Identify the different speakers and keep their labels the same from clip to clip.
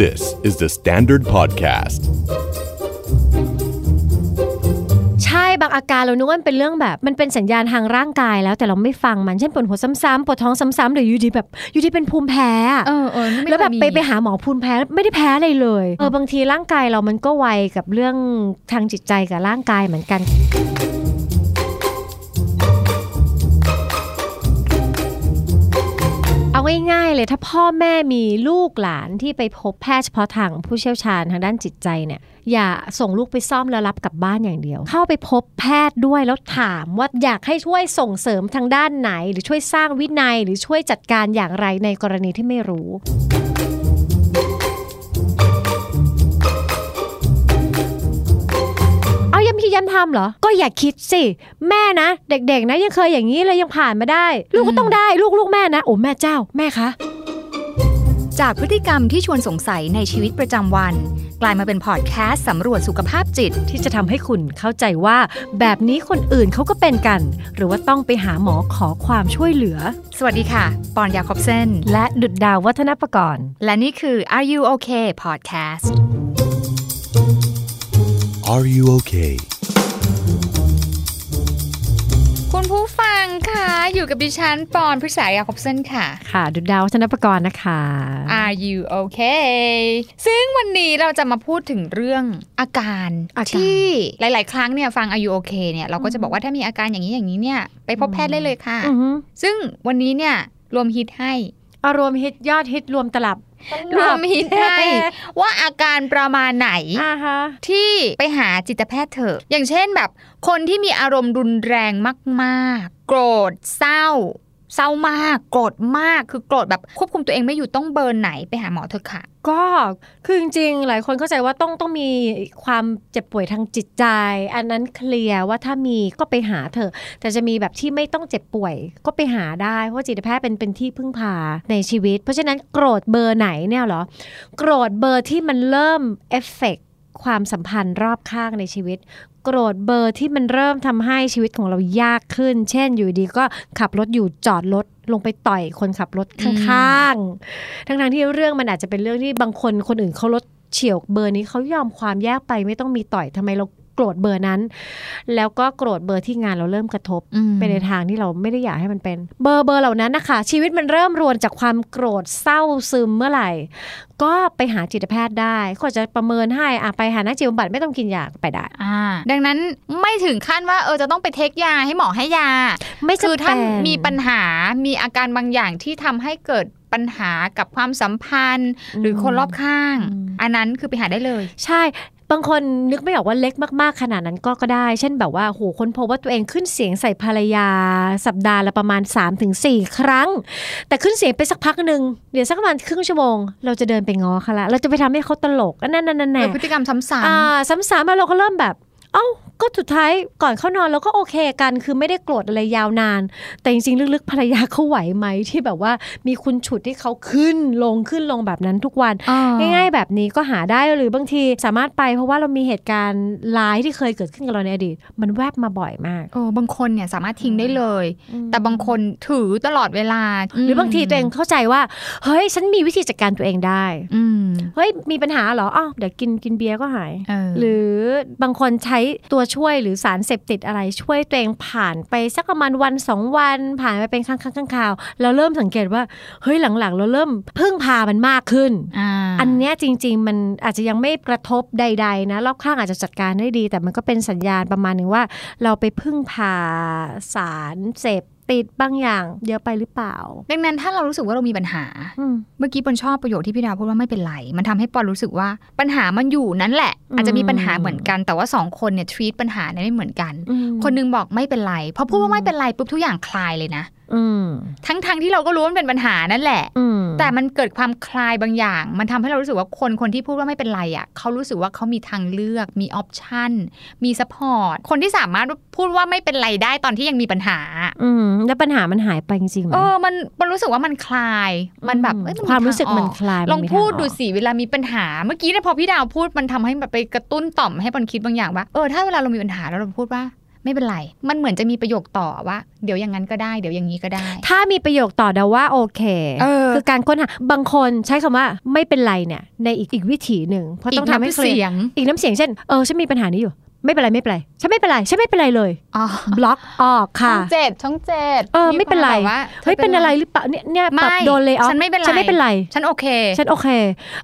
Speaker 1: This is the Standard Podcast.
Speaker 2: ใช่บางอาการเรานึกว่ามันเป็นเรื่องแบบ มันเป็นสัญญาณทางร่างกายแล้วแต่เราไม่ฟังมันเช่นปวดหัวซ้ำๆปวดท้องซ้ำๆหรืออยู่ดีแบบอยู่ดีเป็นภูมิแพ้อะ
Speaker 3: เออเออนี่ม่
Speaker 2: แล้วแบบ
Speaker 3: เคยมี
Speaker 2: ไปไปหาหมอภูมิแพ้ไม่ได้แพ้อะไรเลยเออบางทีร่างกายเรามันก็ไวกับเรื่องทางจิตใจกับร่างกายเหมือนกัน เอาง่ายๆเลยถ้าพ่อแม่มีลูกหลานที่ไปพบแพทย์เฉพาะทางผู้เชี่ยวชาญทางด้านจิตใจเนี่ยอย่าส่งลูกไปซ่อมแล้วรับกลับบ้านอย่างเดียว เข้าไปพบแพทย์ด้วยแล้วถามว่าอยากให้ช่วยส่งเสริมทางด้านไหน หรือช่วยสร้างวินัย หรือช่วยจัดการอย่างไรในกรณีที่ไม่รู้ เอาย้ำคิดย้ำทำเหรอ ก็อย่าคิดสิ แม่นะ เด็กๆนะยังเคยอย่างนี้เลยยังผ่านมาได้ ลูกก็ต้องได้ลูกลูกแม่นะ โอ้แม่เจ้าแม่คะ
Speaker 3: จากพฤติกรรมที่ชวนสงสัยในชีวิตประจำวัน กลายมาเป็นพอดแคสต์สำรวจสุขภาพจิต
Speaker 2: ที่จะทำให้คุณเข้าใจว่า แบบนี้คนอื่นเขาก็เป็นกัน หรือว่าต้องไปหาหมอขอความช่วยเหลือ
Speaker 3: สวัสดีค่ะ ปอนยาคอบเซน
Speaker 2: และดุดดาววัฒนประกรณ์
Speaker 3: และนี่คือ Are You Okay Podcast
Speaker 1: Are you okay?
Speaker 3: คุณผู้ฟังค่ะ อยู่กับดิฉันปอนพิสายาคอบเซนค่ะ
Speaker 2: ค่ะ ดุดดาววัฒนประกรณ์นะคะ
Speaker 3: Are you okay ซึ่งวันนี้เราจะมาพูดถึงเรื่องอาการ
Speaker 2: อาการ
Speaker 3: ที่หลาย ๆ ครั้งเนี่ยฟัง Are you okay เนี่ยเราก็จะบอกว่าถ้ามีอาการอย่างนี้อย่างนี้เนี่ยไปพบ
Speaker 2: อืม
Speaker 3: แพทย์ได้เลยค่ะ
Speaker 2: อือหือ
Speaker 3: ซึ่งวันนี้เนี่ยรวมฮิตให้
Speaker 2: อารวมฮิตยอดฮิตรวมตลับ
Speaker 3: รวมฮิตให้ว่าอาการประมาณไหน
Speaker 2: อ่าฮะ
Speaker 3: ที่ไปหาจิตแพทย์เถอะ อย่างเช่นแบบ คนที่มีอารมณ์รุนแรงมากๆ โกรธเศร้า เศร้ามาก โกรธมากคือโกรธแบบควบคุมตัวเองไม่อยู่ต้องเบอร์ไหนไปหาหมอเถอะค่ะ
Speaker 2: ก็คือจริงๆ หลายคนเข้าใจว่าต้องต้องมีความเจ็บป่วยทางจิตใจ อันนั้นเคลียร์ว่าถ้ามีก็ไปหาเถอะ แต่จะมีแบบที่ไม่ต้องเจ็บป่วย ก็ไปหาได้ เพราะว่าจิตแพทย์เป็นเป็นที่พึ่งพาในชีวิต เพราะฉะนั้นโกรธเบอร์ไหนเนี่ยเหรอ โกรธเบอร์ที่มันเริ่มเอฟเฟกความสัมพันธ์รอบข้างในชีวิต โกรธเบอร์ที่มันเริ่มทำให้ชีวิตของเรายากขึ้น เช่นอยู่ดีก็ขับรถอยู่จอดรถลงไปต่อยคนขับรถข้างๆ ทั้งทที่เรื่องมันอาจจะเป็นเรื่องที่บางคนคนอื่นเขาลดเฉียวเบอร์นี้เขายอมความแยกไปไม่ต้องมีต่อยทำไมเราโกรธเบอร์นั้น แล้วก็โกรธเบอร์ที่งานเราเริ่มกระทบ
Speaker 3: อืม
Speaker 2: ไปในทางที่เราไม่ได้อยากให้มันเป็น เบอร์เบอร์เหล่านั้นนะคะ ชีวิตมันเริ่มรวนจากความโกรธเศร้าซึมเมื่อไหร่ ก็ไปหาจิตแพทย์ได้เขาอาจจะประเมินให้อ่ะไปหานักจิตบำบัดไม่ต้องกินยาก็ไปได้
Speaker 3: อ่า ดังนั้นไม่ถึงขั้นว่าเออจะต้องไปเทคยาให้หมอให้ยา
Speaker 2: ไม่จำ
Speaker 3: คือ
Speaker 2: เป็น
Speaker 3: ถ้ามีปัญหา มีอาการบางอย่างที่ทำให้เกิดปัญหากับความสัมพันธ์ หรือคนรอบข้าง อันนั้นคือไปหาได้เลย
Speaker 2: ใช่ บางคนนึกไม่ออกว่าเล็กมากๆ ขนาดนั้นก็ก็ได้ เช่นแบบว่าโหคนพบว่าตัวเองขึ้นเสียงใส่ภรรยา สัปดาห์ละประมาณ 3-4 ครั้ง แต่ขึ้นเสียงไปสักพักหนึ่งเดี๋ยวสักประมาณครึ่งชั่วโมง เราจะเดินไปง้อเขาละเราจะไปทำให้เขาตลกอันนั่นนั่นนั่นแน่
Speaker 3: เกิดพฤติกรรมซ้ำ
Speaker 2: อ่าซ้ำๆมาเราก็เริ่มแบบ เอ้า ก็สุดท้ายก่อนเข้านอนเราก็โอเคกัน คือไม่ได้โกรธอะไรยาวนาน แต่จริงๆลึกๆภรรยาเขาไหวไหมที่แบบว่ามีคุณฉุดที่เขาขึ้นลงขึ้นลงแบบนั้นทุกวัน
Speaker 3: ๆอ่
Speaker 2: ง่ายๆแบบนี้ก็หาได้หรือบางทีสามารถไปเพราะว่าเรามีเหตุการณ์ร้ายที่เคยเกิดขึ้นกับเราในอดีต มันแวบมาบ่อยมาก
Speaker 3: เออบางคนเนี่ยสามารถทิ้งได้เลย แต่บางคนถือตลอดเวลา
Speaker 2: หรือบางทีตัวเองเข้าใจว่า เฮ้ย ฉันมีวิธีจัดการตัวเองได้
Speaker 3: อืม
Speaker 2: เฮ้ย มีปัญหาเหรออ๋อเดี๋ยวกินกินเบียร์ก็หาย
Speaker 3: เออ
Speaker 2: หรือบางคนใช้ตัวช่วยหรือสารเสพติดอะไรช่วยตัวเองผ่านไปสักประมาณวันสองวัน ผ่านไปเป็นครั้งครั้งๆคราวๆเราเริ่มสังเกตว่าเฮ้ยหลังๆ เราเริ่มพึ่งพามันมากขึ้น
Speaker 3: อ่า
Speaker 2: อันเนี้ยจริง ๆ มันอาจจะยังไม่กระทบใด ๆ นะ รอบข้างอาจจะจัดการได้ดี แต่มันก็เป็นสัญญาณประมาณหนึ่งว่า เราไปพึ่งพาสารเสพติดบางอย่างเยอะไปหรือเปล่า
Speaker 3: ดังนั้นถ้าเรารู้สึกว่าเรามีปัญหา
Speaker 2: อืม
Speaker 3: เมื่อกี้ปอนชอบประโยคที่พี่ดาวพูดว่าไม่เป็นไร มันทำให้ปอนรู้สึกว่าปัญหามันอยู่นั่นแหละ
Speaker 2: อืม
Speaker 3: อาจจะมีปัญหาเหมือนกัน แต่ว่าสองคนเนี่ยทรีตปัญหาเนี่ยไม่เหมือนกัน
Speaker 2: อืม
Speaker 3: คนหนึงบอกไม่เป็นไรพอพูดว่าไม่เป็นไรปุ๊บทุกอย่างคลายเลยนะ
Speaker 2: อืม
Speaker 3: ทั้งทงๆที่เราก็รู้ว่ามันเป็นปัญหานั่นแหละ
Speaker 2: อืม
Speaker 3: แต่มันเกิดความคลายบางอย่าง มันทำให้เรารู้สึกว่าคนคนที่พูดว่าไม่เป็นไรอ่ะเขารู้สึกว่าเขามีทางเลือก มีออปชันมีซัพพอร์ต คนที่สามารถพูดว่าไม่เป็นไรได้ตอนที่ยังมีปัญหา
Speaker 2: อืมแล้วปัญหามันหายไปจริงๆไหม
Speaker 3: เออ มันมันรู้สึกว่ามันคลาย มันแบบ
Speaker 2: อื
Speaker 3: เอ้ยน
Speaker 2: ความรู้สึก
Speaker 3: ทงอ
Speaker 2: มันคลายมัน
Speaker 3: ลอง
Speaker 2: มีทา
Speaker 3: พูด
Speaker 2: ก
Speaker 3: ดูสิเวลามีปัญหา เมื่อกี้เนี่ยพอพี่ดาวพูดมันทำให้แบบไปกระตุ้นต่อมให้ปอนคิดบางอย่างว่า เออ ถ้าเวลาเรามีปัญหาแล้วเราพูดว่า ไม่เป็นไร มันเหมือนจะมีประโยคต่อว่า เดี๋ยวอย่างนั้นก็ได้เดี๋ยวอย่างนี้ก็ได้
Speaker 2: ถ้ามีประโยคต่อเดาว่าโอเค
Speaker 3: เออ
Speaker 2: คือการค้นหาบางคนใช้คำว่าไม่เป็นไรเนี่ย ในอีกอีกวิถีหนึ่งเพราะ
Speaker 3: อี
Speaker 2: ต้อง
Speaker 3: ก
Speaker 2: ทำให้
Speaker 3: น้ำ
Speaker 2: เคลีย
Speaker 3: เสี
Speaker 2: ร์
Speaker 3: ยง
Speaker 2: อีกน้ำเสียงเช่นเออฉันมีปัญหานี้อยู่ ไม่เป็นไรไม่เป็นไรฉันไม่เป็นไรฉันไม่เป็นไรเลย
Speaker 3: อ๋อบ
Speaker 2: ล็อกออก
Speaker 3: ช่อ
Speaker 2: ค่ะ
Speaker 3: งเจ็ดช่องเจ็ด
Speaker 2: เออไม่เป็นไร
Speaker 3: ควาแบบว่าธ
Speaker 2: เฮ้ยเป็นอะไรหรือเปล่าเนี่ยเนี่ยปรับ
Speaker 3: ไม่
Speaker 2: โดนเลยอ๋อ
Speaker 3: ฉันไม่เป็นไร
Speaker 2: ฉันไม่เป็นไร
Speaker 3: ฉันโอเค
Speaker 2: ฉันโอเค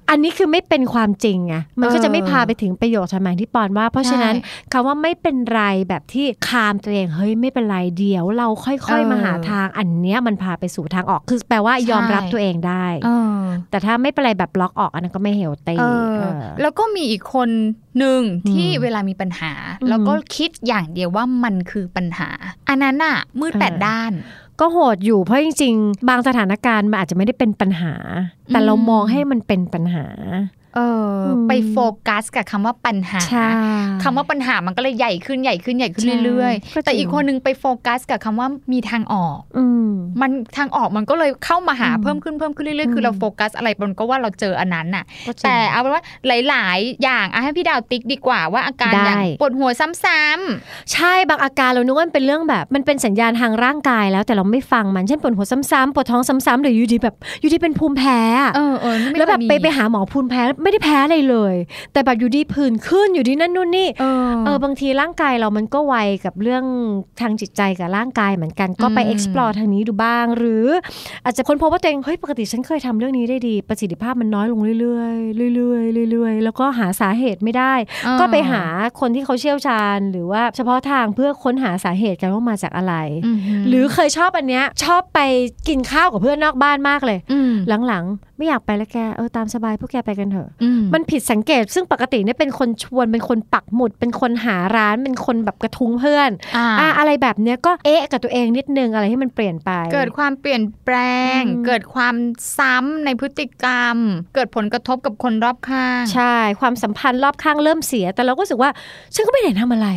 Speaker 2: อันนี้คือไม่เป็นความจริงไง มันก็
Speaker 3: เออ
Speaker 2: จะไม่พาไปถึงประโยชน์สมัยที่ปอนว่า เพราะฉะนั้น
Speaker 3: ใช่
Speaker 2: คำว่าไม่เป็นไรแบบที่คามตัวเอง เฮ้ยไม่เป็นไรเดี๋ยวเราค่
Speaker 3: เอ
Speaker 2: อย
Speaker 3: อ
Speaker 2: ๆมาหาทาง อันเนี้ยมันพาไปสู่ทางออก คือแปลว่า
Speaker 3: ใช่
Speaker 2: ยอมรับตัวเองได้
Speaker 3: เออ
Speaker 2: แต่ถ้าไม่เป็นไรแบบบล็อกออกอันนั้นก็ไม่เฮลตี้
Speaker 3: เออ
Speaker 2: เออ
Speaker 3: แล้วก็มีอีกคนหนึ่งที่
Speaker 2: อืม
Speaker 3: เวลามีปัญหา
Speaker 2: อืม
Speaker 3: แล้วก็คิดอย่างเดียวว่ามันคือปัญหา อันนั้นอะมืด
Speaker 2: เออ
Speaker 3: แปดด้าน
Speaker 2: ก็โหดอยู่เพราะจริงๆ บางสถานการณ์มันอาจจะไม่ได้เป็นปัญหา แต่เรา
Speaker 3: อืม
Speaker 2: มองให้มันเป็นปัญหา
Speaker 3: เอออ
Speaker 2: ม
Speaker 3: ไปโฟกัสกับคำว่าปัญหา
Speaker 2: ใช่
Speaker 3: คำว่าปัญหามันก็เลยใหญ่ขึ้นใหญ่ขึ้นใหญ่ขึ้น
Speaker 2: ใช่
Speaker 3: เรื่อย
Speaker 2: ก็จริง
Speaker 3: ๆแต่อีกคนนึงไปโฟกัสกับคำว่ามีทางออก
Speaker 2: อืม
Speaker 3: มันทางออกมันก็เลยเข้ามาหา
Speaker 2: อืม
Speaker 3: เพิ่มขึ้นเพิ่มขึ้นเรื่อยๆ คืออ
Speaker 2: ม
Speaker 3: เราโฟกัสอะไรมันก็ว่าเราเจออันนั้นน่ะ
Speaker 2: ก็จริง
Speaker 3: แต่เอาเป็นว่าหลายๆ อย่างอะให้พี่ดาวติ๊กดีกว่าว่าอาการ
Speaker 2: ได้
Speaker 3: อย่างปวดหัวซ้ำๆ
Speaker 2: ใช่บางอาการเรานึกว่ามันเป็นเรื่องแบบ มันเป็นสัญญาณทางร่างกายแล้วแต่เราไม่ฟังมันเช่นปวดหัวซ้ำๆปวดท้องซ้ำๆหรืออยู่ดีแบบอยู่ดีเป็นภูมิแพ้อะ
Speaker 3: เออเออนี่ไม่
Speaker 2: แล้วแบบ
Speaker 3: เคยมี
Speaker 2: ไปไปหาหมอภูมิแพ้ไม่ได้แพ้อะไรเลย แต่แบบอยู่ดีผื่นขึ้นอยู่ดีนั่นนู่นนี่
Speaker 3: เออ
Speaker 2: เออบางทีร่างกายเรามันก็ไวกับเรื่องทางจิตใจกับร่างกายเหมือนกันก็ไป
Speaker 3: อืม
Speaker 2: explore ทางนี้ดูบ้าง หรืออาจจะค้นพบว่าตัวเองเฮ้ยปกติฉันเคยทำเรื่องนี้ได้ดี ประสิทธิภาพมันน้อยลงเรื่อยๆเรื่อยๆเรื่อยๆแล้วก็หาสาเหตุไม่ได้ ก็ไปหาคนที่เขาเชี่ยวชาญ หรือว่าเฉพาะทางเพื่อค้นหาสาเหตุกันว่ามาจากอะไร
Speaker 3: ม
Speaker 2: หรือเคยชอบอันเนี้ยชอบไปกินข้าวกับเพื่อนนอกบ้านมากเลย
Speaker 3: ม
Speaker 2: หลังๆ ไม่อยากไปแล้วแกเออตามสบายพวกแกไปกันเถอะ
Speaker 3: อื
Speaker 2: มันผิดสังเกตซึ่งปกติเนี่ยเป็นคนชวนเป็นคนปักหมุด เป็นคนหาร้านเป็นคนแบบกระทุ้งเพื่อน
Speaker 3: อ่า
Speaker 2: อ่ะอะไรแบบเนี้ยก็เอ๊ะกับตัวเองนิดนึงอะไรให้มันเปลี่ยนไป
Speaker 3: เกิดความเปลี่ยนแปลง
Speaker 2: อืม
Speaker 3: เกิดความซ้ำในพฤติกรรม เกิดผลกระทบกับคนรอบข้าง
Speaker 2: ใช่ความสัมพันธ์รอบข้างเริ่มเสีย แต่เราก็รู้สึกว่าฉันก็ไม่ได้ทำอะไร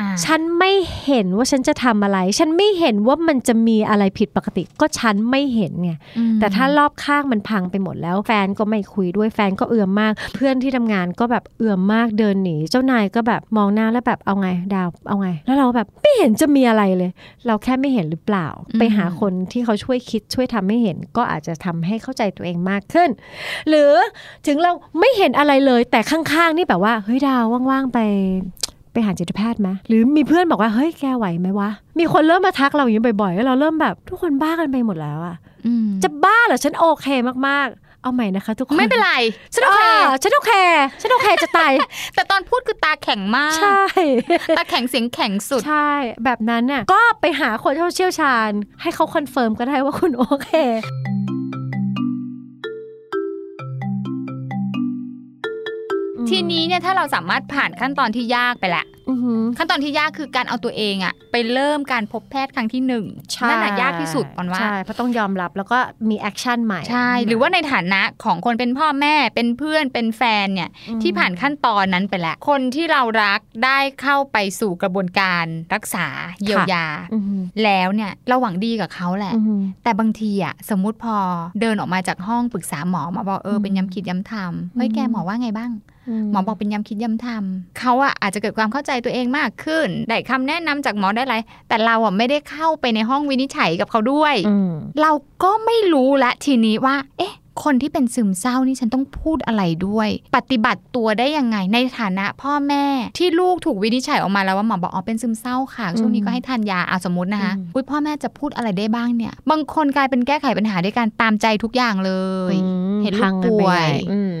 Speaker 3: อ่า
Speaker 2: ฉันไม่เห็นว่าฉันจะทำอะไร ฉันไม่เห็นว่ามันจะมีอะไรผิดปกติ ก็ฉันไม่เห็นไง
Speaker 3: อืม
Speaker 2: แต่ถ้ารอบข้างมันพังไปหมดแล้ว แฟนก็ไม่คุยด้วย แฟนก็เอื่อมมาก เพื่อนที่ทำงานก็แบบเอื่อมมากเดินหนี เจ้านายก็แบบมองหน้าแล้วแบบเอาไงดาวเอาไง แล้วเราแบบไม่เห็นจะมีอะไรเลย เราแค่ไม่เห็นหรือเปล่า ไปหาคนที่เขาช่วยคิดช่วยทำให้เห็น ก็อาจจะทำให้เข้าใจตัวเองมากขึ้น หรือถึงเราไม่เห็นอะไรเลยแต่ข้างๆ นี่แบบว่าเฮ้ยดาวว่างๆไป ไปหาจิตแพทย์ไหมหรือมีเพื่อนบอกว่าเฮ้ยแกไหวไหมวะมีคนเริ่มมาทักเราอย่างนี้บ่อยๆแล้วเราเริ่มแบบทุกคนบ้ากันไปหมดแล้วอะ
Speaker 3: อืม
Speaker 2: จะบ้าเหรอฉันโอเคมากๆ เอาใหม่นะคะ ทุกคน
Speaker 3: ไม่เป็นไร
Speaker 2: ฉันโอเคฉันโอเคฉันโอเคจะตาย
Speaker 3: แต่ตอนพูดคือตาแข็งมาก
Speaker 2: ใช่
Speaker 3: ตาแข็งเสียงแข็งสุด
Speaker 2: ใช่ แบบนั้นน่ะก็ไปหาคนที่เชี่ยวชาญ ให้เขาคอนเฟิร์มก็ได้ว่าคุณโอเค
Speaker 3: ทีนี้เนี่ยถ้าเราสามารถผ่านขั้นตอนที่ยากไปละ
Speaker 2: อือหือ
Speaker 3: ขั้นตอนที่ยากคือการเอาตัวเองอะไปเริ่มการพบแพทย์ครั้งที่หนึ่ง
Speaker 2: ใช่
Speaker 3: นั่นแหละยากที่สุดปอนว่า
Speaker 2: ใช่เพราะต้องยอมรับแล้วก็มีแอคชั่นใหม่
Speaker 3: ใช่ หรือว่าในฐานะของคนเป็นพ่อแม่ เป็นเพื่อน เป็นแฟนเนี่ย
Speaker 2: อืม
Speaker 3: ที่ผ่านขั้นตอนนั้นไปแล้ว คนที่เรารักได้เข้าไปสู่กระบวนการรักษาเยียวยา
Speaker 2: อือหือ
Speaker 3: แล้วเนี่ยเราหวังดีกับเขาแหละ
Speaker 2: อือหือ
Speaker 3: แต่บางทีอะสมมุติพอเดินออกมาจากห้องปรึกษาหมอหมอบอกเออ
Speaker 2: ม
Speaker 3: เป็นย้ำคิดย้ำทำเฮ้ยแกหมอว่าไงบ้าง หมอบอกเป็นย้ำคิดย้ำทำเขาอะอาจจะเกิดความเข้าใจตัวเองมากขึ้นได้คำแนะนำจากหมอได้ไร แต่เราอะไม่ได้เข้าไปในห้องวินิจฉัยกับเขาด้วย
Speaker 2: อืม
Speaker 3: เราก็ไม่รู้ละทีนี้ว่า เอ๊ะ คนที่เป็นซึมเศร้านี่ฉันต้องพูดอะไรด้วย ปฏิบัติตัวได้ยังไงในฐานะพ่อแม่ ที่ลูกถูกวินิจฉัยออกมาแล้วว่าหมอบอกอ๋อเป็นซึมเศร้าค่ะ ช่วงนี้ก็ให้ทานยาเอาสมมตินะคะอุ้ยพ่อแม่จะพูดอะไรได้บ้างเนี่ย บางคนกลายเป็นแก้ไขปัญหาด้วยการตามใจทุกอย่างเลย
Speaker 2: อืม
Speaker 3: เห็นลูก
Speaker 2: พัง
Speaker 3: ป่ว
Speaker 2: ไปให
Speaker 3: ย
Speaker 2: ญ่อืม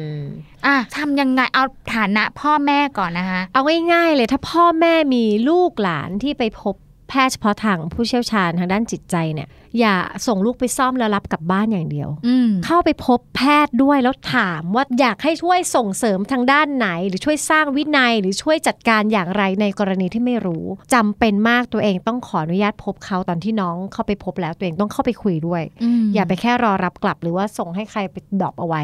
Speaker 3: อ่ะทำยังไงเอาฐานะพ่อแม่ก่อนนะคะ
Speaker 2: เอาง่ายๆเลยถ้าพ่อแม่มีลูกหลานที่ไปพบแพทย์เฉพาะทางผู้เชี่ยวชาญทางด้านจิตใจเนี่ยอย่าส่งลูกไปซ่อมแล้วรับกลับบ้านอย่างเดียว
Speaker 3: อืม
Speaker 2: เข้าไปพบแพทย์ด้วยแล้วถามว่าอยากให้ช่วยส่งเสริมทางด้านไหน หรือช่วยสร้างวินัย หรือช่วยจัดการอย่างไรในกรณีที่ไม่รู้จำเป็นมากตัวเองต้องขออนุญาตพบเขาตอนที่น้องเข้าไปพบแล้วตัวเองต้องเข้าไปคุยด้วย อย่าไปแค่รอรับกลับ หรือว่าส่งให้ใครไปดรอปเอาไว้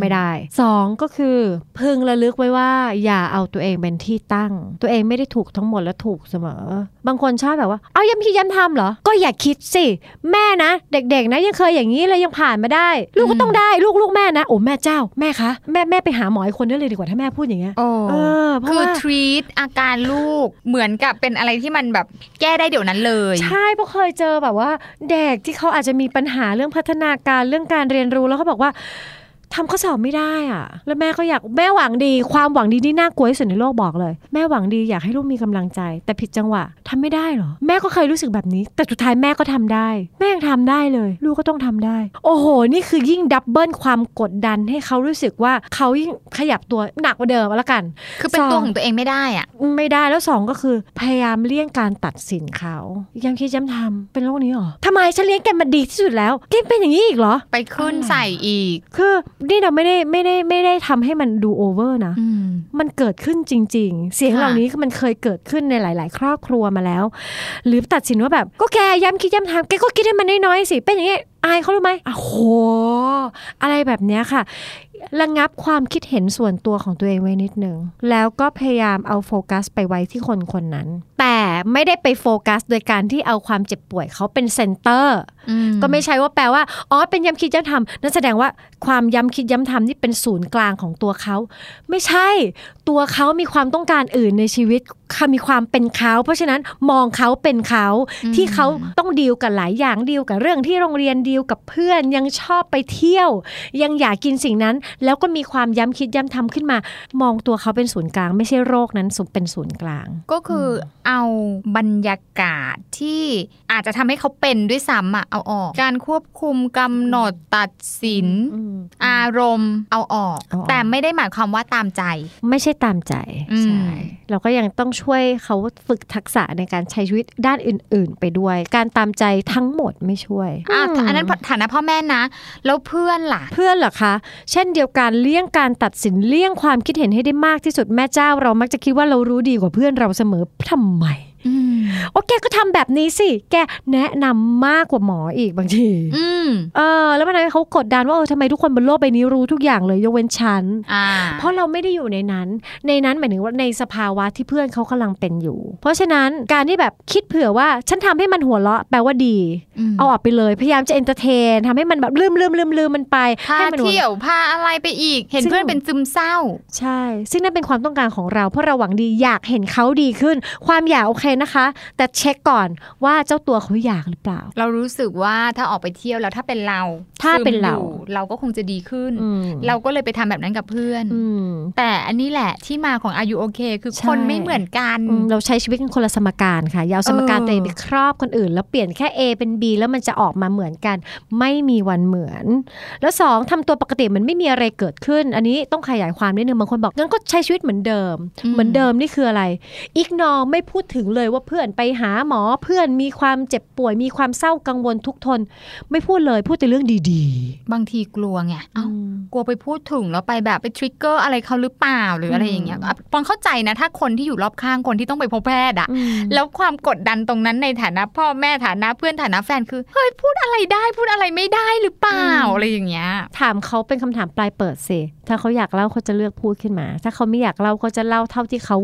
Speaker 2: ไม่ได้ 2 ก็คือพึงระลึกไว้ว่า อย่าเอาตัวเองเป็นที่ตั้ง ตัวเองไม่ได้ถูกทั้งหมดและถูกเสมอ บางคนชอบแบบว่า เอาย้ำคิดย้ำทำเหรอ ก็อย่าคิดสิ แม่นะ เด็กๆนะยังเคยอย่างนี้เลยยังผ่านมาได้ ลูกก็ต้องได้ลูกลูกแม่นะโอ้แม่เจ้าแม่คะแม่แม่ไปหาหมออีกคนได้เลยดีกว่าถ้าแม่พูดอย่างเงี้ย
Speaker 3: โอ้
Speaker 2: เออเพราะ
Speaker 3: คือ
Speaker 2: ว่า
Speaker 3: treat อาการลูกเหมือนกับเป็นอะไรที่มันแบบแก้ได้เดี๋ยวนั้นเลย
Speaker 2: ใช่เพราะเคยเจอแบบว่า เด็กที่เขาอาจจะมีปัญหาเรื่องพัฒนาการเรื่องการเรียนรู้แล้วเขาบอกว่าทำข้อสอบไม่ได้อะแล้วแม่ก็อยากแม่หวังดี ความหวังดีนี่น่ากลัวที่สุดในโลกบอกเลย แม่หวังดีอยากให้ลูกมีกำลังใจ แต่ผิดจังหวะทำไม่ได้เหรอ แม่ก็เคยรู้สึกแบบนี้ แต่สุดท้ายแม่ก็ทำได้ แม่ยังทำได้เลย ลูกก็ต้องทำได้ โอ้โห นี่คือยิ่งดับเบิลความกดดันให้เขารู้สึกว่าเขายิ่งขยับตัวหนักกว่าเดิมแล้วกัน
Speaker 3: คือเป็น
Speaker 2: สอง
Speaker 3: ตัวของตัวเองไม่ได้อะ
Speaker 2: ไม่ได้แล้วสองก็คือ พยายามเลี่ยงการตัดสินเขาย้ำคิดย้ำทำเป็นโรคนี้เหรอทำไมฉันเลี้ยงแกมาดีที่สุดแล้วแกเป็นอย่างนี้อีกเหรอ
Speaker 3: ไปขึ้น
Speaker 2: อะไร
Speaker 3: ใส่อีก
Speaker 2: คือนี่เราไม่ได้ไม่ได้ไม่ได้ทำให้มันดูโอเวอร์นะ
Speaker 3: อืม
Speaker 2: มันเกิดขึ้นจริง ๆ เสียง
Speaker 3: ค่ะ
Speaker 2: เหล่านี้คือมันเคยเกิดขึ้นในหลาย ๆ ครอบครัวมาแล้ว หรือตัดสินว่าแบบก็แกย้ำคิดย้ำทำแกก็คิดให้มันน้อยๆสิเป็นอย่างนี้อายเขารู้ไหมอ้าวโห อะไรแบบเนี้ยค่ะ ระงับความคิดเห็นส่วนตัวของตัวเองไว้นิดนึง แล้วก็พยายามเอาโฟกัสไปไว้ที่คนคนนั้น แต่ไม่ได้ไปโฟกัส โดยการที่เอาความเจ็บป่วยเขาเป็นเซนเตอร์
Speaker 3: อื
Speaker 2: ก็ไม่ใช่ว่าแปลว่า อ๋อ เป็นย้ำคิดย้ำทำนั่นแสดงว่าความย้ำคิดย้ำทำนี่เป็นศูนย์กลางของตัวเขา ไม่ใช่ ตัวเขามีความต้องการอื่นในชีวิตค่ะมีความเป็นเขา เพราะฉะนั้นมองเขาเป็นเขา ที่เขาต้องดีลกับหลายอย่างดีลกับเรื่องที่โรงเรียนดีลกับเพื่อนยังชอบไปเที่ยว ยังอยากกินสิ่งนั้น แล้วก็มีความย้ำคิดย้ำทำขึ้นมา มองตัวเขาเป็นศูนย์กลาง ไม่ใช่โรคนั้นสุดเป็นศูนย์กลาง
Speaker 3: ก็คืออเอาบรรยากาศที่อาจจะทำให้เขาเป็นด้วยซ้ำอะเอาออก การควบคุมกำหนดตัดสิน อารมณ์เอาออก
Speaker 2: เอาออก
Speaker 3: แต่ไม่ได้หมายความว่าตามใจ
Speaker 2: ไม่ใช่ตามใจ
Speaker 3: อืม
Speaker 2: ใช่เราก็ยังต้องช่วยเขาฝึกทักษะในการใช้ชีวิตด้านอื่น ๆ ไปด้วย การตามใจทั้งหมดไม่ช่วย
Speaker 3: อ่ะ
Speaker 2: ม
Speaker 3: อันนั้นฐานะพ่อแม่นะ แล้วเพื่อนล่ะ
Speaker 2: เพื่อนเหรอคะ เช่นเดียวกันเลี่ยงการตัดสินเลี่ยงความคิดเห็นให้ได้มากที่สุดแม่เจ้า เรามักจะคิดว่าเรารู้ดีกว่าเพื่อนเราเสมอทำไม
Speaker 3: อืม
Speaker 2: โอเคก็ทำแบบนี้สิ แกแนะนำมากกว่าหมออีกบางที
Speaker 3: อืม
Speaker 2: เออ แล้วมันทำให้เขากดดันว่าเออทำไมทุกคนบนโลกใบนี้รู้ทุกอย่างเลยยกเว้นฉัน
Speaker 3: อ่า
Speaker 2: เพราะเราไม่ได้อยู่ในนั้น ในนั้นหมายถึงว่าในสภาวะที่เพื่อนเขากำลังเป็นอยู่ เพราะฉะนั้นการที่แบบคิดเผื่อว่าฉันทำให้มันหัวเราะแปลว่าดี
Speaker 3: ม
Speaker 2: เอาออกไปเลย พยายามจะเอนเตอร์เทนทำให้มันแบบลืมลืมลืมลืมมันไป
Speaker 3: พา
Speaker 2: ให้มัหัว
Speaker 3: เที่ย
Speaker 2: เราะ
Speaker 3: วพาอะไรไปอีก เห็น
Speaker 2: ซึ่ง
Speaker 3: เพื่อนเป็นซึมเศร้า
Speaker 2: ใช่ ซึ่งนั่นเป็นความต้องการของเรา เพราะเราหวังดีอยากเห็นเขาดีขึ้น ความอยากโอเคนะคะ แต่เช็คก่อนว่าเจ้าตัวเขาอยากหรือเปล่า
Speaker 3: เรารู้สึกว่าถ้าออกไปเที่ยวแล้วถ้าเป็นเรา
Speaker 2: ถ้าเป็นเรา
Speaker 3: ซึมอยู่เราก็คงจะดีขึ้น
Speaker 2: อืม
Speaker 3: เราก็เลยไปทำแบบนั้นกับเพื่อน
Speaker 2: อืม
Speaker 3: แต่อันนี้แหละที่มาของอายุโอเคคือคน
Speaker 2: ใช่
Speaker 3: ไม่เหมือนกัน
Speaker 2: อืมเราใช้ชีวิตกันคนละสมการค่ะอยาวสมการ
Speaker 3: เออ
Speaker 2: ตัวเองไปครอบคนอื่น แล้วเปลี่ยนแค่ A เป็น B แล้วมันจะออกมาเหมือนกัน ไม่มีวันเหมือน แล้วสองทำตัวปกติเหมันไม่มีอะไรเกิดขึ้น อันนี้ต้องขยายความนิดนึงบางคนบอกงั้นก็ใช้ชีวิตเหมือนเดิม เหมือนเดิมนี่คืออะไรอีกนอไม่พูดถึงเลยว่าเพื่อนไปหาหมอเพื่อนมีความเจ็บป่วย มีความเศร้ากังวลทุกข์ทน ไม่พูดเลยพูดแต่เรื่องดี
Speaker 3: บางทีกลัวไง
Speaker 2: ๆ
Speaker 3: เอ้า
Speaker 2: อืม
Speaker 3: กลัวไปพูดถึงแล้วไปแบบไปทริกเกอร์อะไรเขาหรือเปล่าหรืออะไรอย่างเงี้ย
Speaker 2: อืม
Speaker 3: อ่ะปอนเข้าใจนะ ถ้าคนที่อยู่รอบข้างคนที่ต้องไปพบแพทย์อะ
Speaker 2: อืม
Speaker 3: แล้วความกดดันตรงนั้นในฐานะพ่อแม่ฐานะเพื่อนฐานะแฟนคือเฮ้ยพูดอะไรได้พูดอะไรไม่ได้หรือเปล่า
Speaker 2: อืม
Speaker 3: อะไรอย่างเงี้ย
Speaker 2: ถามเขาเป็นคำถามปลายเปิดสิ ถ้าเขาอยากเล่าเขาจะเลือกพูดขึ้นมา ถ้าเขาไม่อยากเล่าเขาจะเล่าเท่าที่เขา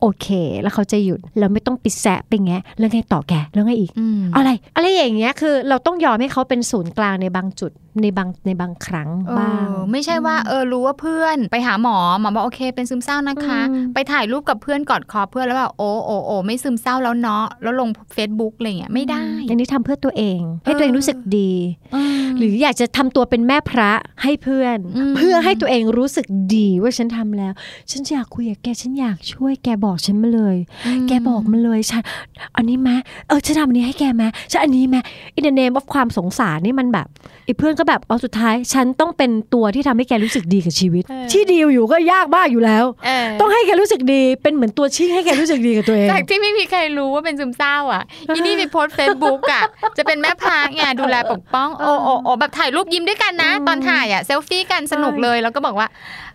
Speaker 2: โอเค แล้วเขาจะหยุด เราไม่ต้องไปิดแสะไปแงะแล้วไงต่อแกแล้วไงอีก
Speaker 3: อืม
Speaker 2: อะไร อะไรอย่างเงี้ยคือ เราต้องยอมให้เขาเป็นศูนย์กลางในบางจุดในบางในบางครั้ง
Speaker 3: เอ
Speaker 2: บ้าง
Speaker 3: อไม่ใช่ว่าเออรู้ว่าเพื่อนไปหาหมอหมอบอกโอเค เป็นซึมเศร้านะคะ
Speaker 2: อืม
Speaker 3: ไปถ่ายรูปกับเพื่อนกอดคอเพื่อนแล้วแบบโอ้โอโอไม่ซึมเศร้าแล้วเนาะแล้วลง Facebook อะไรเงี้ยไม่ได้
Speaker 2: อันนี้ทำเพื่อตัวเอง ให้ตัวเองรู้สึกดี ห
Speaker 3: ห
Speaker 2: รื
Speaker 3: รือ
Speaker 2: ออยากจะทำตัวเป็นแม่พระให้เพื่อน
Speaker 3: อืม
Speaker 2: เพื่อให้ตัวเองรู้สึกดีว่าฉันทำแล้ว ฉันอยากคุยกับแกฉันอยากช่วยแกบอกฉันมาเลย แกบอกมาเลยฉันอันนี้ไหมเออฉันทำอันนี้ให้แกไหมฉันอันนี้ไหมอินเดเนมว่าความสงสารนี่มันแบบไอ้เพื่อนก็แบบเอาสุดท้าย ฉันต้องเป็นตัวที่ทำให้แกรู้สึกดีกับชีวิต
Speaker 3: เออ
Speaker 2: ที่ดีลอยู่ก็ยากมากอยู่แล้ว
Speaker 3: เออ
Speaker 2: ต้องให้แกรู้สึกดีเป็นเหมือนตัวชี้ให้แกรู้สึกดีกับตัวเอง
Speaker 3: จากที่ไม่มีใครรู้ว่าเป็นซึมเศร้าอ่ะอีนี่ไปโพสเฟซบุ๊กอ่ะ จะเป็นแม่พาไงดูแลปกป้องโอโอโอแบบถ่ายรูปยิ้มด้วยกันนะ ตอนถ่ายอ่ะเซลฟี่กันสนุกเลยแล้วก็บอกว่า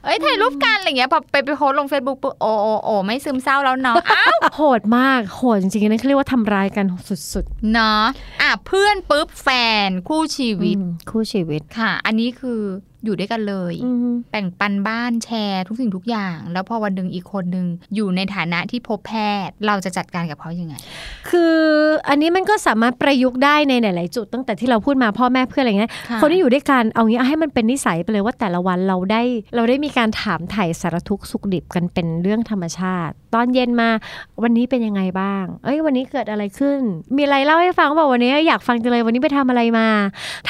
Speaker 3: เอ้ยถ่ายรูปกันอะไรเงี้ยพอไปไปโพสต์ลงเฟซบุ๊กปุ๊บโอโอโอไม่ซึมเศร้าแล้วเนาะอ่ะ
Speaker 2: โหดมากโหดจริงๆอันนั่นเขาเรียกว่าทำร้ายกันสุด
Speaker 3: เนาะอ่ะเพื่อนปุ๊บแฟนคู่ชี
Speaker 2: ๆ
Speaker 3: วิต
Speaker 2: อืมคู่ชีวิต
Speaker 3: ค่ะ อันนี้คือ อยู่ด้วยกันเลย
Speaker 2: อืม
Speaker 3: แบ่งปันบ้านแชร์ทุกสิ่งทุกอย่าง แล้วพอวันหนึ่งอีกคนหนึ่งอยู่ในฐานะที่พบแพทย์ เราจะจัดการกับเขายังไง
Speaker 2: คืออันนี้มันก็สามารถประยุกต์ได้ในหลาย ๆ จุดตั้งแต่ที่เราพูดมาพ่อแม่เพื่อนอะไรเงี้ย
Speaker 3: ค่ะ
Speaker 2: คนที่อยู่ด้วยกันเอางี้ให้มันเป็นนิสัยไปเลยว่าแต่ละวันเราได้ เราได้มีการถามไถ่สารทุกข์สุขดิบกันเป็นเรื่องธรรมชาติ ตอนเย็นมาวันนี้เป็นยังไงบ้าง เอ้ยวันนี้เกิดอะไรขึ้น มีอะไรเล่าให้ฟังบอกวันนี้อยากฟังจังเลยวันนี้ไปทำอะไรมา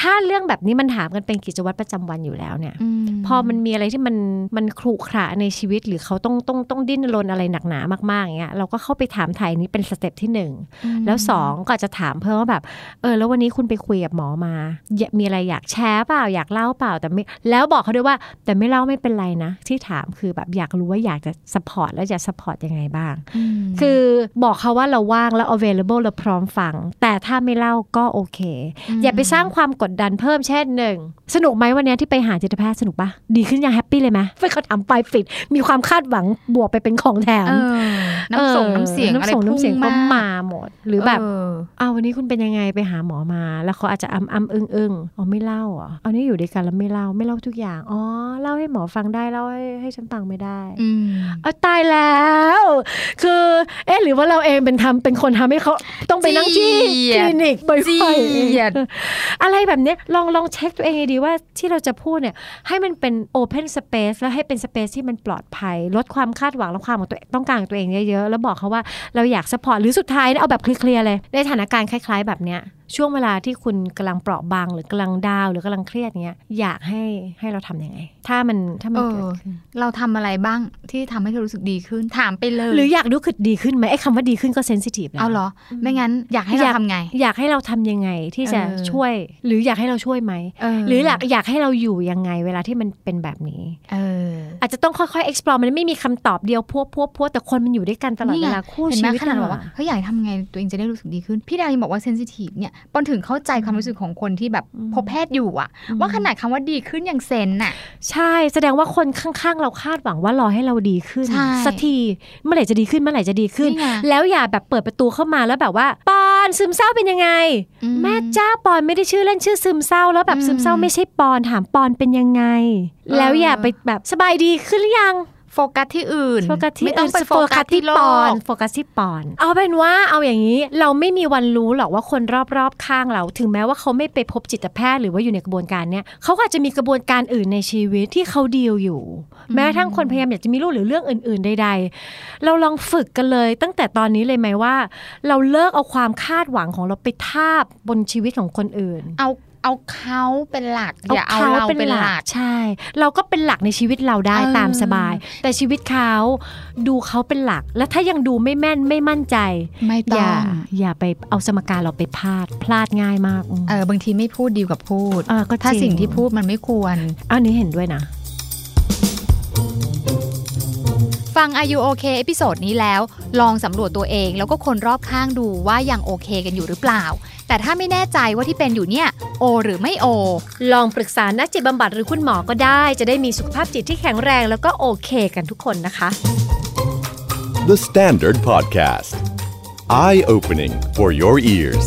Speaker 2: ถ้าเรื่องแบบนี้มันถามกันเป็นกิจวัตรประจำวันอยู่แล้วเนี่ย
Speaker 3: ม
Speaker 2: พอมันมีอะไรที่มันมันขรุขระในชีวิตหรือเขาต้องต้องต้องดิ้นรนอะไรหนักหนามากๆอย่างเงี้ยเราก็เข้าไปถามไทยนี้เป็นสเต็ปที่หนึ่ง
Speaker 3: อืม
Speaker 2: แล้วสองก็อาจจะถามเพิ่มว่าแบบเออแล้ววันนี้คุณไปคุยกับหมอมาอยากมีอะไรอยากแชร์เปล่าอยากเล่าเปล่าแต่ไม่แล้วบอกเขาด้วยว่า แต่ไม่เล่าไม่เป็นไรนะ ที่ถามคือแบบอยากรู้ว่าอยากจะสปอร์ตแล้วจะสปอร์ตยังไงบ้าง
Speaker 3: อืม
Speaker 2: คือบอกเขาว่าเราว่างแล้ว available เราพร้อมฟัง แต่ถ้าไม่เล่าก็โอเค
Speaker 3: ม
Speaker 2: อย่าไปสร้างความกดดันเพิ่มเช่นหนึ่ง สนุกไหมวันเนี้ยที่ไปหาจิตแพทย์สนุกปะดีขึ้นยังแฮปปี้เลยไหมไปเขาถามไปปิด มีความคาดหวังบวกไปเป็นของแถม
Speaker 3: เออน้ำส่งน้ำเสียงอะไร
Speaker 2: น้ำส่งน้ำเสียงก็
Speaker 3: พุ่ง
Speaker 2: มาหมด หรือแบบ
Speaker 3: เออ
Speaker 2: อ้าววันนี้คุณเป็นยังไงไปหาหมอมา แล้วเขาอาจจะอ้ำอ้ำอึ้งอึ้งอ๋อไม่เล่าเหรอ่ะเอานี่อยู่ด้วยกันแล้วไม่เล่าไม่เล่าทุกอย่างอ๋อเล่าให้หมอฟังได้เล่าให้ให้ฉันฟังไม่ได้
Speaker 3: อืม
Speaker 2: เอาตายแล้ว คือ เอ๊ะหรือว่าเราเองเป็นทำเป็นคนทำให้เขาต้องไปนั่งที่
Speaker 3: เจี
Speaker 2: ค
Speaker 3: ยด
Speaker 2: ลินิกบ่
Speaker 3: เจี
Speaker 2: อย
Speaker 3: ยด
Speaker 2: ๆอะไรแบบเนี้ยลองลองเช็คตัวเองให้ดีว่าที่เราจะพูดเนี่ย ให้มันเป็น Open Space แล้วให้เป็น Space ที่มันปลอดภัย ลดความคาดหวังและความของตัวเองต้องการของตัวเองเยอะๆ แล้วบอกเขาว่าเราอยากสปอร์ตหรือสุดท้ายเนี่ยเอาแบบเคลียร์ๆเลย ในสถานการณ์คล้าย ๆ แบบเนี้ยช่วงเวลาที่คุณกำลังเปราะบางหรือกำลังดาวน์หรือกำลังเครียดเนี้ยอยากให้ให้เราทำยังไง ถ้ามันถ้ามันเกิดขึ้น
Speaker 3: เราทำอะไรบ้างที่ทำให้เธอรู้สึกดีขึ้นถามไปเลย
Speaker 2: หรืออยากรู้คือดีขึ้นไหมไอ้คำว่าดีขึ้นก็เซนซิทีฟแล้ว
Speaker 3: เอาเหรอ ไม่งั้นอยากให้
Speaker 2: อยา
Speaker 3: เรา
Speaker 2: ก
Speaker 3: ทำไง
Speaker 2: อยากให้เราทำยังไงที่จะ
Speaker 3: เออ
Speaker 2: ช่วย หรืออยากให้เราช่วยไหม
Speaker 3: เห
Speaker 2: รืออยากอยากให้เราอยู่ยังไงเวลาที่มันเป็นแบบนี้
Speaker 3: เออ
Speaker 2: อาจจะต้องค่อยๆ explore มันไม่มีคำตอบเดียวพัวพัวพัวแต่คนมันอยู่ด้วยกันตลอด
Speaker 3: นี่ไง
Speaker 2: เวลาคู่
Speaker 3: เห็น
Speaker 2: ชี
Speaker 3: ไหม
Speaker 2: วิต
Speaker 3: ขนาด
Speaker 2: เร
Speaker 3: บอกว่าเฮ้ยอยากทำไงตัวเองจะได้รู้สึกดีขึ้น พี่ดาวยังบอกว่าเซนซิทีฟเนี่ยปอนถึงเข้าใจความรู้สึกของคนที่แบบพบแพทย์อยู่อะว่าขนาดคำว่าดีขึ้นอย่างเซนน่ะ
Speaker 2: ใช่แสดงว่าคนข้างๆ เราคาดหวังว่ารอให้เราดีขึ้น
Speaker 3: ใช่
Speaker 2: สักทีเมื่อไหร่จะดีขึ้นเมื่อไหร่จะดีขึ้น
Speaker 3: นี่ไง
Speaker 2: แล้วอย่าแบบเปิดประตูเข้ามาแล้วแบบว่าปอนซึมเศร้าเป็นยังไง
Speaker 3: อื
Speaker 2: แม่เจ้าปอนไม่ได้ชื่อเล่นชื่อซึมเศร้าแล้วแบบ
Speaker 3: อืม
Speaker 2: ซึมเศร้าไม่ใช่ปอนถามปอนเป็นยังไง
Speaker 3: ออ
Speaker 2: แล้วอย่าไปแบบสบายดีขึ้นหรือยัง
Speaker 3: โฟกัสที่อื่น
Speaker 2: โฟกัสที่
Speaker 3: ไม่ต้องไปโฟกัสที่
Speaker 2: ป
Speaker 3: ป
Speaker 2: อ
Speaker 3: อน น
Speaker 2: โฟกัสที่ปอน เอาเป็นว่าเอาอย่างนี้เราไม่มีวันรู้หรอกว่าคนรอบๆข้างเรา ถึงแม้ว่าเขาไม่ไปพบจิตแพทย์หรือว่าอยู่ในกระบวนการเนี้ยเขาก็อาจจะมีกระบวนการอื่นในชีวิตที่เขาดีลอยู่
Speaker 3: อืม
Speaker 2: แม้กระทั้งคนพยายามอยากจะมีลูกหรือเรื่องอื่น ๆใด ๆ เราลองฝึกกันเลย ตั้งแต่ตอนนี้เลยไหมว่า เราเลิกเอาความคาดหวังของเราไปทาบบนชีวิตของคนอื่น
Speaker 3: เอาเอาเขาเป็นหลักอย่าเอาเราเป็นหลัก
Speaker 2: ใช่ เราก็เป็นหลักในชีวิตเราได้
Speaker 3: เออ
Speaker 2: ตามสบาย แต่ชีวิตเขาดูเขาเป็นหลัก และถ้ายังดูไม่แม่นไม่มั่นใจ
Speaker 3: ไม่
Speaker 2: อ
Speaker 3: ต้อย่าง
Speaker 2: อย่าไปเอาสมการเราไปพลาด พลาดง่ายมากอืม
Speaker 3: เออบางทีไม่พูดดีกว่าพูด
Speaker 2: เออก็จริ
Speaker 3: ถ้าสิ่งที่พูดมันไม่ควร
Speaker 2: อันนี้เห็นด้วยนะ
Speaker 3: ฟัง Are You OK เอพิโซดนี้แล้ว ลองสำรวจตัวเองแล้วก็คนรอบข้างดูว่ายังโอเคกันอยู่หรือเปล่า แต่ถ้าไม่แน่ใจว่าที่เป็นอยู่เนี่ย โอ หรือไม่โอ
Speaker 2: ลองปรึกษานักจิตบำบัดหรือคุณหมอก็ได้ จะได้มีสุขภาพจิตที่แข็งแรงแล้วก็โอเคกันทุกคนนะคะ
Speaker 1: The Standard Podcast. Eye opening for your ears.